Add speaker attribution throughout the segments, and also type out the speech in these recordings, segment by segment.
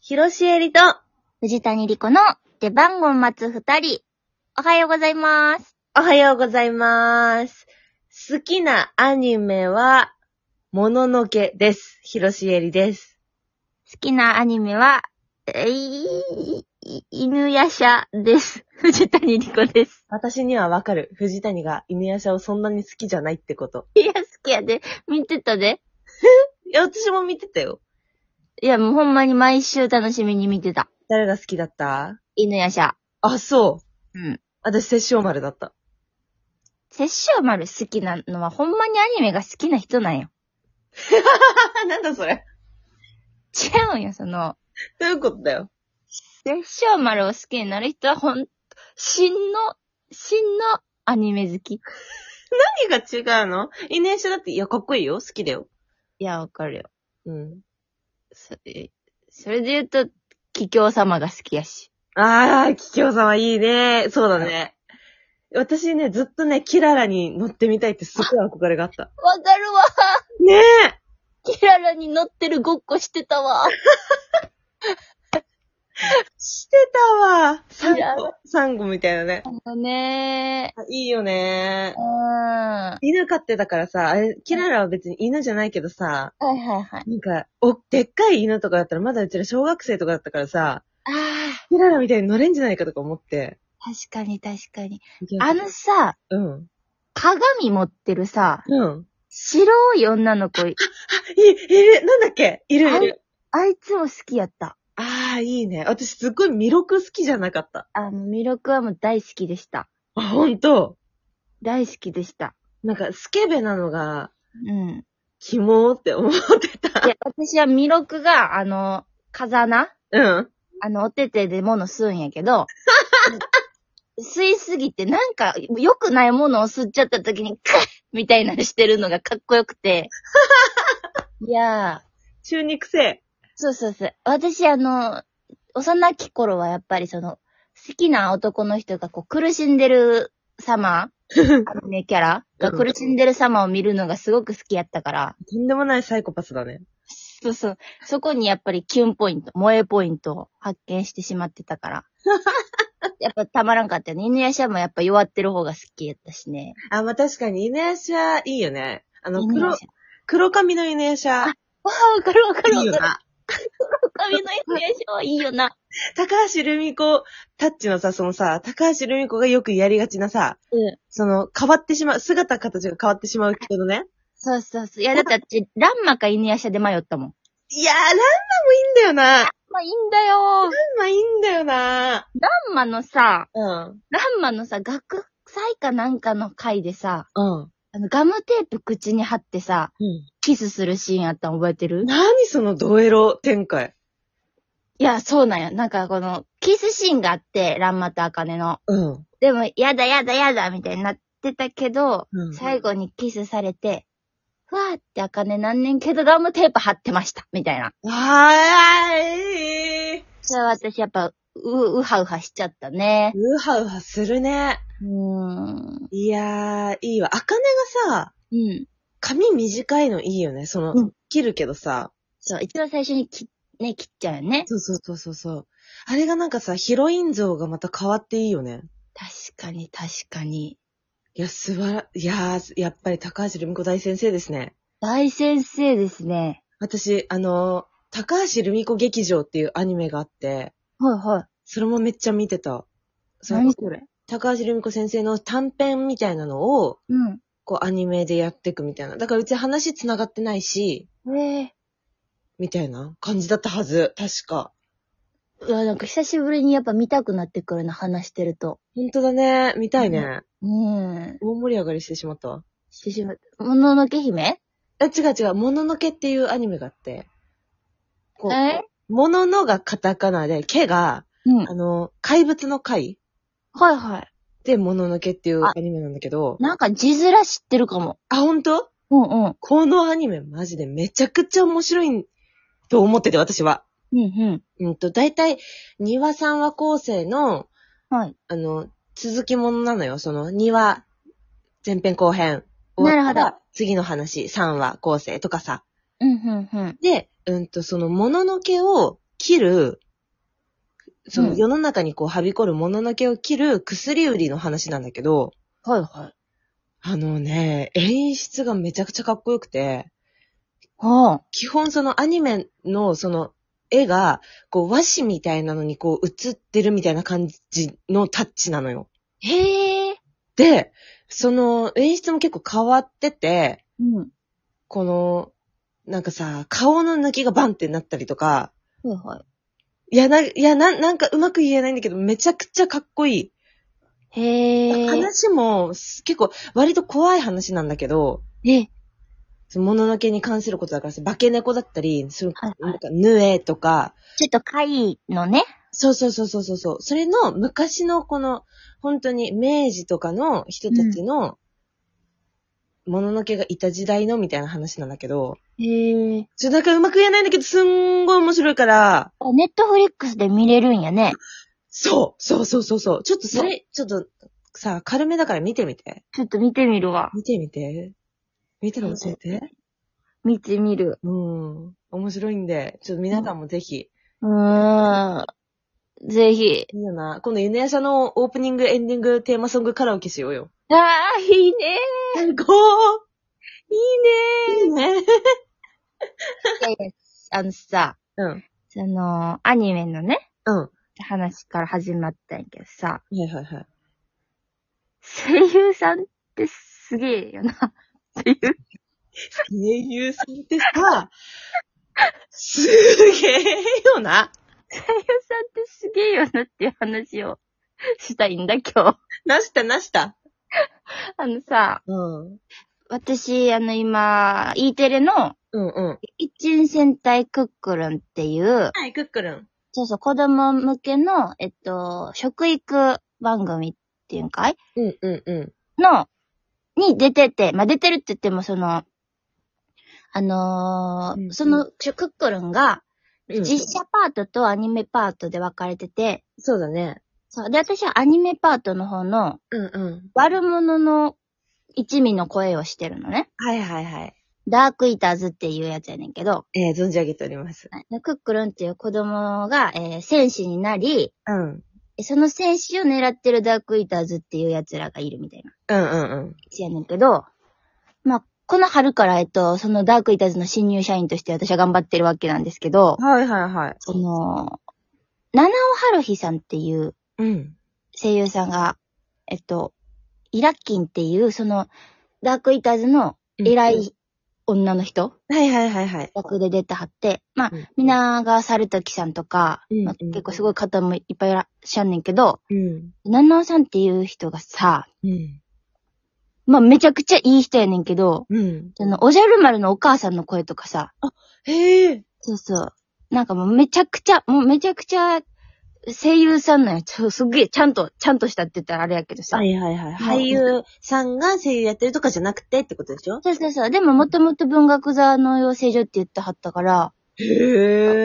Speaker 1: 広しえりと、
Speaker 2: 藤谷莉子の出番を待つ二人。おはようございます。
Speaker 1: おはようございます。好きなアニメは、もののけです。広しえりです。
Speaker 2: 好きなアニメは、えー、い犬やしゃです。 藤谷莉子です。
Speaker 1: 私にはわかる。藤谷が犬やしゃをそんなに好きじゃないってこと。
Speaker 2: いや、好きやで。見てたで。
Speaker 1: いや、私も見てたよ。
Speaker 2: いや、もうほんまに毎週楽しみに見てた。
Speaker 1: 誰が好きだった
Speaker 2: 犬やしゃ。
Speaker 1: あ、そう。
Speaker 2: うん。
Speaker 1: 私、殺生丸だった。
Speaker 2: 殺生丸好きなのはほんまにアニメが好きな人なんよ。
Speaker 1: あ、 なんだそれ。
Speaker 2: 違うんよ、その。
Speaker 1: どういうことだよ。
Speaker 2: 殺生丸を好きになる人はほん、真の、真のアニメ好き。い
Speaker 1: 何が違うの犬やしゃだって、いや、かっこいいよ。好きだよ。
Speaker 2: や、わかるよ。
Speaker 1: うん。
Speaker 2: それ、それで言うと、桔梗様が好きやし。
Speaker 1: ああ、桔梗さんはいいね。そうだね。私ね、ずっとね、キララに乗ってみたいってすごい憧れがあった。
Speaker 2: わかるわ
Speaker 1: ねえ
Speaker 2: キララに乗ってるごっこしてたわ。
Speaker 1: してたわサン
Speaker 2: キラ
Speaker 1: ゴ、サンゴみたいなね。
Speaker 2: あのね
Speaker 1: あいいよね
Speaker 2: う。ん。は
Speaker 1: 犬飼ってたからさ、あれ、キララは別に犬じゃないけどさ、
Speaker 2: いはいはい。
Speaker 1: なんか、お、でっかい犬とかだったら、まだうちら小学生とかだったからさ、
Speaker 2: ああ、
Speaker 1: キララみたいに乗れんじゃないかとか思って。
Speaker 2: 確かに確かに。あのさ、
Speaker 1: うん。
Speaker 2: 鏡持ってるさ、
Speaker 1: うん。
Speaker 2: 白い女の子、
Speaker 1: い、いる、なんだっけいるい
Speaker 2: あ
Speaker 1: る
Speaker 2: れ。あいつも好きやった。
Speaker 1: ああ、いいね。私すっごい魅力好きじゃなかった。
Speaker 2: あの、魅力はもう大好きでした。
Speaker 1: あ、ほんと。
Speaker 2: 大好きでした。
Speaker 1: なんか、スケベなのが、
Speaker 2: うん。
Speaker 1: キモーって思ってた。
Speaker 2: で、私は魅力が、あの、風穴
Speaker 1: うん。
Speaker 2: あの、おててで物吸うんやけ ど、吸いすぎて、なんか、良くないものを吸っちゃった時に、クッみたいなのしてるのがかっこよく て。いやー、
Speaker 1: 中肉性。
Speaker 2: そうそうそう。私、あの、幼き頃はやっぱりその、好きな男の人がこう、苦しんでる 様、アニメキャラが苦しんでる様を見るのがすごく好きやったから、
Speaker 1: とんでもないサイコパスだね。
Speaker 2: そうそう。そこにやっぱりキュンポイント、萌えポイントを発見してしまって たから。やっぱたまらんかったよね。犬やしゃもやっぱ弱ってる方が好きやったしね。
Speaker 1: あ、まあ、確かに、犬やしゃ、いいよね。あの、
Speaker 2: 犬
Speaker 1: 黒
Speaker 2: や、しゃ
Speaker 1: 黒髪の犬やしゃ
Speaker 2: あ、わあ、わかるわかる
Speaker 1: いい
Speaker 2: わ
Speaker 1: よ
Speaker 2: かる。
Speaker 1: な。
Speaker 2: 髪の犬やしゃはいいよな。
Speaker 1: 高橋留美子タッチのさ、そのさ、高橋留美子がよくやりがちなさ、
Speaker 2: うん。
Speaker 1: その、変わってしまう、姿形が変わってしまうけどね。
Speaker 2: そうそうそう。いや、だってあっち、ランマか犬やしゃで迷ったもん。
Speaker 1: いやー、ランマもいいんだよな。ラン
Speaker 2: まあいいんだよー。
Speaker 1: マいいんだよな。
Speaker 2: ランマのさ、
Speaker 1: うん。
Speaker 2: ランマのさ、学祭かなんかの回でさ、
Speaker 1: うん。
Speaker 2: あの、ガムテープ口に貼ってさ、
Speaker 1: うん。
Speaker 2: キスするシーンあったの覚えてる
Speaker 1: 何そのドエロ展開。
Speaker 2: いや、そうなんや。なんかこの、キスシーンがあって、ランマとアカネの。
Speaker 1: うん。
Speaker 2: でも、やだやだやだみたいになってたけど、
Speaker 1: うん
Speaker 2: 最後にキスされて、ふわーってアカネなんねんけど、ガムテープ貼ってました。みたいな。
Speaker 1: はーい。
Speaker 2: それは私やっぱ、う、うはうはしちゃったね。
Speaker 1: うはうはするね。
Speaker 2: うーん。
Speaker 1: いやー、いいわ。あかねがさ、
Speaker 2: うん。
Speaker 1: 髪短いのいいよね。その、
Speaker 2: うん
Speaker 1: 切るけどさ。
Speaker 2: そう、一番最初にき、ね、切っちゃうよね。
Speaker 1: そうそうそうそうそう。あれがなんかさ、ヒロイン像がまた変わっていいよね。
Speaker 2: 確かに、確かに。
Speaker 1: いや、すばら、いやー、やっぱり高橋留美子大先生ですね。
Speaker 2: 大先生ですね。
Speaker 1: 私、あのー高橋留美子劇場っていうアニメがあって、
Speaker 2: はいはい。
Speaker 1: それもめっちゃ見てた。その
Speaker 2: 何それ
Speaker 1: 高橋留美子先生の短編みたいなのを、
Speaker 2: うん。
Speaker 1: こうアニメでやっていくみたいな。だからうち話繋がってないし、
Speaker 2: ええ
Speaker 1: みたいな感じだったはず。確か。
Speaker 2: うわ、なんか久しぶりにやっぱ見たくなってくるな、話してると。
Speaker 1: 本当だね。見たいね。
Speaker 2: うん。
Speaker 1: 大盛り上がりしてしまったわ。
Speaker 2: してしまった。もののけ姫
Speaker 1: あ、違う違う。もののけっていうアニメがあって。こ
Speaker 2: え
Speaker 1: う、もののがカタカナで、けが、
Speaker 2: うん。
Speaker 1: あの、怪物の怪
Speaker 2: はいはい。
Speaker 1: で、もののけっていうア
Speaker 2: あ
Speaker 1: ニメなんだけど。
Speaker 2: なんか字面知ってるかも。
Speaker 1: あ、本当
Speaker 2: うんうん。
Speaker 1: このアニメマジでめちゃくちゃ面白いと思ってて、私は。
Speaker 2: うん
Speaker 1: うんと、だいたい、2話3話構成の、
Speaker 2: うん。はい。
Speaker 1: あの、続きものなのよ。その、2話、前編後編。
Speaker 2: なる
Speaker 1: 終
Speaker 2: ほど
Speaker 1: わったら次の話、3話構成とかさ。
Speaker 2: うんうんうん。
Speaker 1: で、うんと、その、もののけを切る、そうの
Speaker 2: ん
Speaker 1: 世の中にこうはびこるもののけを切る薬売りの話なんだけど、
Speaker 2: はいはい。
Speaker 1: あのね、演出がめちゃくちゃかっこよくて、
Speaker 2: は
Speaker 1: 基本そのアニメのその絵が、こう和紙みたいなのにこう映ってるみたいな感じのタッチなのよ。
Speaker 2: あ。へえ。
Speaker 1: で、その演出も結構変わってて、
Speaker 2: うん。
Speaker 1: この、なんかさ、顔の抜きがバンってなったりとか、
Speaker 2: はいはい
Speaker 1: や、な、いや、な、なんかうまく言えないんだけど、めちゃくちゃかっこいい。
Speaker 2: い。へえ。
Speaker 1: 話もす結構割と怖い話なんだけど、
Speaker 2: え、
Speaker 1: そのもののけに関することだからさ、化け猫だったり、その
Speaker 2: はいはい
Speaker 1: なんか、ぬえとか、
Speaker 2: ちょっと会のね。
Speaker 1: そうそうそうそうそうそう。それの昔のこの、本当に明治とかの人たちの、もののけがいた時代のみたいな話なんだけど、
Speaker 2: へえ。
Speaker 1: ちょ、なんかうまく言えないんだけど、すんごい面白いから、
Speaker 2: あ、ネットフリックスで見れるんやね。
Speaker 1: そうそうそうそうそう。ちょっとそれ、ちょっとさ、軽めだから見てみて。
Speaker 2: ちょっと見てみるわ。
Speaker 1: 見てみて。見たら教えて。
Speaker 2: 見てみる。
Speaker 1: うん。面白いんで、ちょっと皆さんもぜひ。
Speaker 2: うーん。ぜひ。
Speaker 1: いいよな。今度、ゆねやさんのオープニング、エンディング、テーマソングカラオケしようよ。
Speaker 2: ああ、いいね
Speaker 1: すごーいいねーいいね
Speaker 2: いやいや、あのさ、
Speaker 1: うん。
Speaker 2: その、アニメのね、
Speaker 1: うん。は
Speaker 2: 話から始まったんやけどさ、
Speaker 1: いはいはい。
Speaker 2: 声優さんってすげえよな、 っていう。
Speaker 1: 声優さんってさ、すげえよな。
Speaker 2: 声優さんってすげえよなっていう話をしたいんだ、今日。
Speaker 1: なしたなした。
Speaker 2: あのさ、
Speaker 1: うん。
Speaker 2: 私、あの今、E テレの、
Speaker 1: うんうん。
Speaker 2: 一ン戦隊クックルンっていう、
Speaker 1: はい、クックルン。
Speaker 2: そうそう、子供向けの、えっと、食育番組っていうんかい
Speaker 1: うんうんう
Speaker 2: の、に出てて、まあ、出てるって言っても、その、あのー
Speaker 1: うん
Speaker 2: その、クックルンが、
Speaker 1: ん。うん、
Speaker 2: 実写パートとアニメパートで分かれてて、
Speaker 1: そうだね。
Speaker 2: そう。で、私はアニメパートの方の、
Speaker 1: うんうん。
Speaker 2: 悪者の一味の声をしてるのね。
Speaker 1: はいはいはい。
Speaker 2: ダークイーターズっていうやつやねんけど、
Speaker 1: えー、存じ上げております。
Speaker 2: でクックルンっていう子供が、えー戦士になり、
Speaker 1: うん。
Speaker 2: その戦士を狙ってるダークイーターズっていうやつらがいるみたいな。
Speaker 1: うんうんうん。
Speaker 2: やねんけど、まあ、この春から、えっと、そのダークイーターズの新入社員として私は頑張ってるわけなんですけど、
Speaker 1: はいはいはい。
Speaker 2: その、七尾春日さんっていう
Speaker 1: うん。
Speaker 2: 声優さんが、えっと、イラッキンっていう、その、ダークイーターズの偉い女の人
Speaker 1: はいはいはいはい。
Speaker 2: 役で出てはって、まあ、
Speaker 1: う
Speaker 2: 皆川猿時さんとか、
Speaker 1: うん
Speaker 2: まあ、
Speaker 1: うん
Speaker 2: 結構すごい方もいっぱいいらっしゃんねんけど、
Speaker 1: ん。
Speaker 2: 七尾さんっていう人がさ、
Speaker 1: うん。
Speaker 2: まあ、めちゃくちゃいい人やねんけど、
Speaker 1: うん。
Speaker 2: その、おじゃる丸のお母さんの声とかさ、
Speaker 1: へえ。
Speaker 2: そうそう。なんかもうめちゃくちゃ、もうめちゃくちゃ、声優さんのやつ、すっげえ、ちゃんと、ちゃんとしたって言ったらあれやけどさ。
Speaker 1: はいはいはい。俳優さんが声優やってるとかじゃなくてってことでしょ
Speaker 2: そうそうそう。でももともと文学座の養成所って言ってはったから、
Speaker 1: へ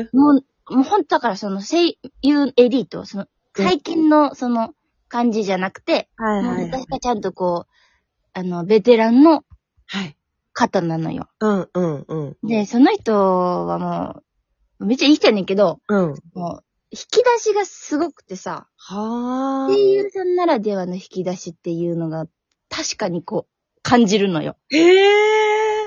Speaker 1: え。
Speaker 2: もう、もうほんとだからその声優エリート、その、
Speaker 1: うん
Speaker 2: 最近のその感じじゃなくて、
Speaker 1: はい
Speaker 2: もう
Speaker 1: はいはい
Speaker 2: 私。がちゃんとこう、あの、ベテランの
Speaker 1: はい。
Speaker 2: 方なのよ。
Speaker 1: うんうんうん。
Speaker 2: で、その人はもう、めっちゃいい人やねんけど、
Speaker 1: うん。
Speaker 2: もう、引き出しがすごくてさ、
Speaker 1: は
Speaker 2: 声優さんならではの引き出しっていうのが、確かにこう、感じるのよ。
Speaker 1: ー。へ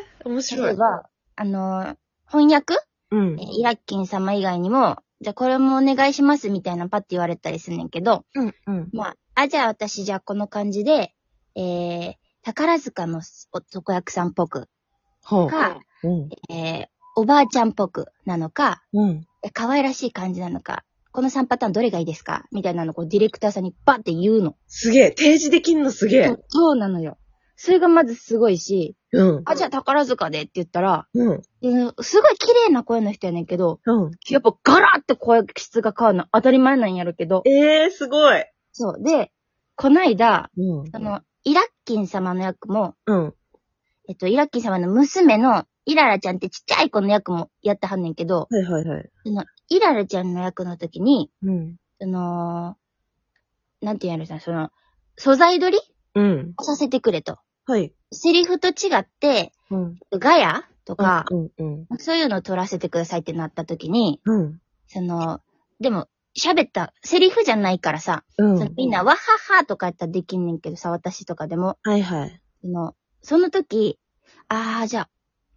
Speaker 1: え。面白
Speaker 2: 例え
Speaker 1: い。
Speaker 2: ば、あのー、翻訳
Speaker 1: うん
Speaker 2: え。イラッキン様以外にも、じゃあこれもお願いしますみたいなパッて言われたりすんねんけど、
Speaker 1: うんうん。
Speaker 2: まあ、あ、じゃあ私じゃあこの感じで、えー、宝塚の男役さんっぽく
Speaker 1: ほ
Speaker 2: か、
Speaker 1: う。うん。
Speaker 2: えー、おばあちゃんっぽくなのか、
Speaker 1: うん。
Speaker 2: え可愛らしい感じなのか、この3パターンどれがいいですかみたいなのをこうディレクターさんにバッて言うの。
Speaker 1: すげえ。提示できんのすげ
Speaker 2: そ
Speaker 1: え。
Speaker 2: うそうなのよ。それがまずすごいし、
Speaker 1: うん。
Speaker 2: あ、じゃあ宝塚でって言ったら、
Speaker 1: うん。
Speaker 2: うんすごい綺麗な声の人やねんけど、
Speaker 1: うん。
Speaker 2: やっぱガラって声質が変わるの当たり前なんやろけど。
Speaker 1: ええ、すごい。
Speaker 2: そう。で、こないだ、
Speaker 1: うん
Speaker 2: あの、イラッキン様の役も、
Speaker 1: うん。
Speaker 2: えっと、イラッキン様の娘のイララちゃんってちっちゃい子の役もやってはんねんけど、
Speaker 1: はいはいはい。
Speaker 2: その、イララちゃんの役の時に、
Speaker 1: うん。
Speaker 2: その、なんていうんやろさ、その、素材撮り
Speaker 1: うん。
Speaker 2: させてくれと。
Speaker 1: はい。
Speaker 2: セリフと違って、
Speaker 1: うん。
Speaker 2: ガヤとか、
Speaker 1: うんうん。
Speaker 2: そういうのを撮らせてくださいってなった時に、
Speaker 1: うん。
Speaker 2: その、でも、喋った、セリフじゃないからさ、
Speaker 1: うん。
Speaker 2: そのみんな、わははとかやったらできんねんけどさ、私とかでも、
Speaker 1: はいはい。
Speaker 2: その、その時、ああ、じゃあ、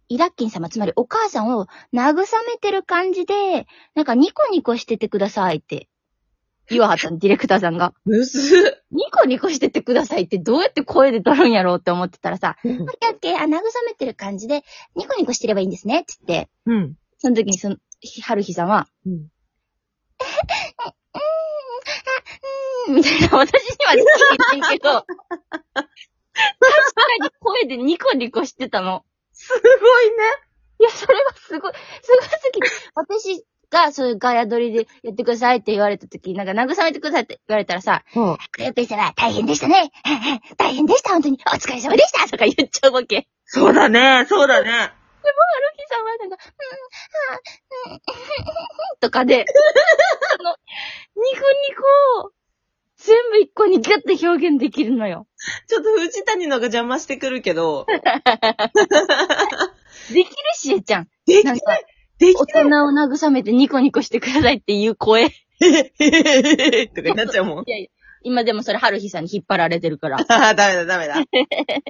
Speaker 2: イラッキン様、つまりお母さんを慰めてる感じで、なんかニコニコしててくださいって言わは ったの、ディレクターさんが。
Speaker 1: むず
Speaker 2: ニコニコしててくださいってどうやって声で取るんやろうって思ってたらさ、
Speaker 1: っ
Speaker 2: オッケーオッケー、あ、慰めてる感じで、ニコニコしてればいいんですね、つって、
Speaker 1: うん。
Speaker 2: その時にその、ひはるひさんは、
Speaker 1: うん。
Speaker 2: うーん、 みたいな、私にはできへんねんけど、確かに声でニコニコしてたの。
Speaker 1: すごいね。
Speaker 2: いや、それはすごい、すごすぎて、私がそういうガヤ撮りでやってくださいって言われた時、なんか慰めてくださいって言われたらさ、
Speaker 1: うん。
Speaker 2: クレープさんは大変でしたね。 大変でした、本当に。お疲れ様でしたとか言っちゃうわけ。
Speaker 1: そうだね、そうだね。
Speaker 2: ヒさんはなんか、うん、あ、うん、とかで、あの、ニコニコを全部一個にギュッて表現できるのよ。
Speaker 1: ちょっと藤谷のが邪魔してくるけど、
Speaker 2: できるしえちゃん。
Speaker 1: でき
Speaker 2: な
Speaker 1: なんい
Speaker 2: か、
Speaker 1: で
Speaker 2: 大
Speaker 1: き
Speaker 2: 人を慰めてニコニコしてくださいっていう声。い
Speaker 1: ないとかになっちゃうもん。
Speaker 2: やいや、今でもそれハルヒさんに引っ張られてるから。
Speaker 1: ああ、ダメだ、ダメだ。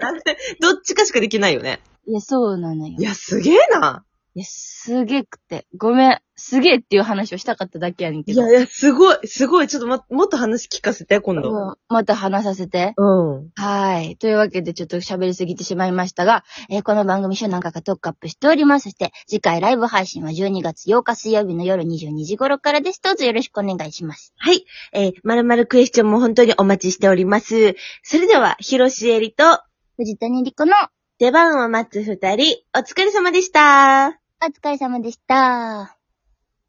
Speaker 1: なんでどっちかしかできないよね。
Speaker 2: いや、そうなのよ。
Speaker 1: い
Speaker 2: い
Speaker 1: や、すげえな。
Speaker 2: や、すげくて。ごめん。すげえっていう話をしたかっただけやねんけ
Speaker 1: い
Speaker 2: ど。
Speaker 1: やいや、すごい、すごい。ちょっとも、もっと話聞かせて、今度。
Speaker 2: うんまた話させて。
Speaker 1: うん。
Speaker 2: はい。というわけで、ちょっと喋りすぎてしまいましたが、えーこの番組週何回かトークアップしております。そして、次回ライブ配信は12月8日水曜日の夜22時頃からです。どうぞよろしくお願いします。
Speaker 1: はい。えー、まるまるクエスチョンも本当にお待ちしております。それでは、ひろしえりと、
Speaker 2: 藤谷莉子の
Speaker 1: 出番を待つ二人、お疲れ様でした。
Speaker 2: お疲れ様でした。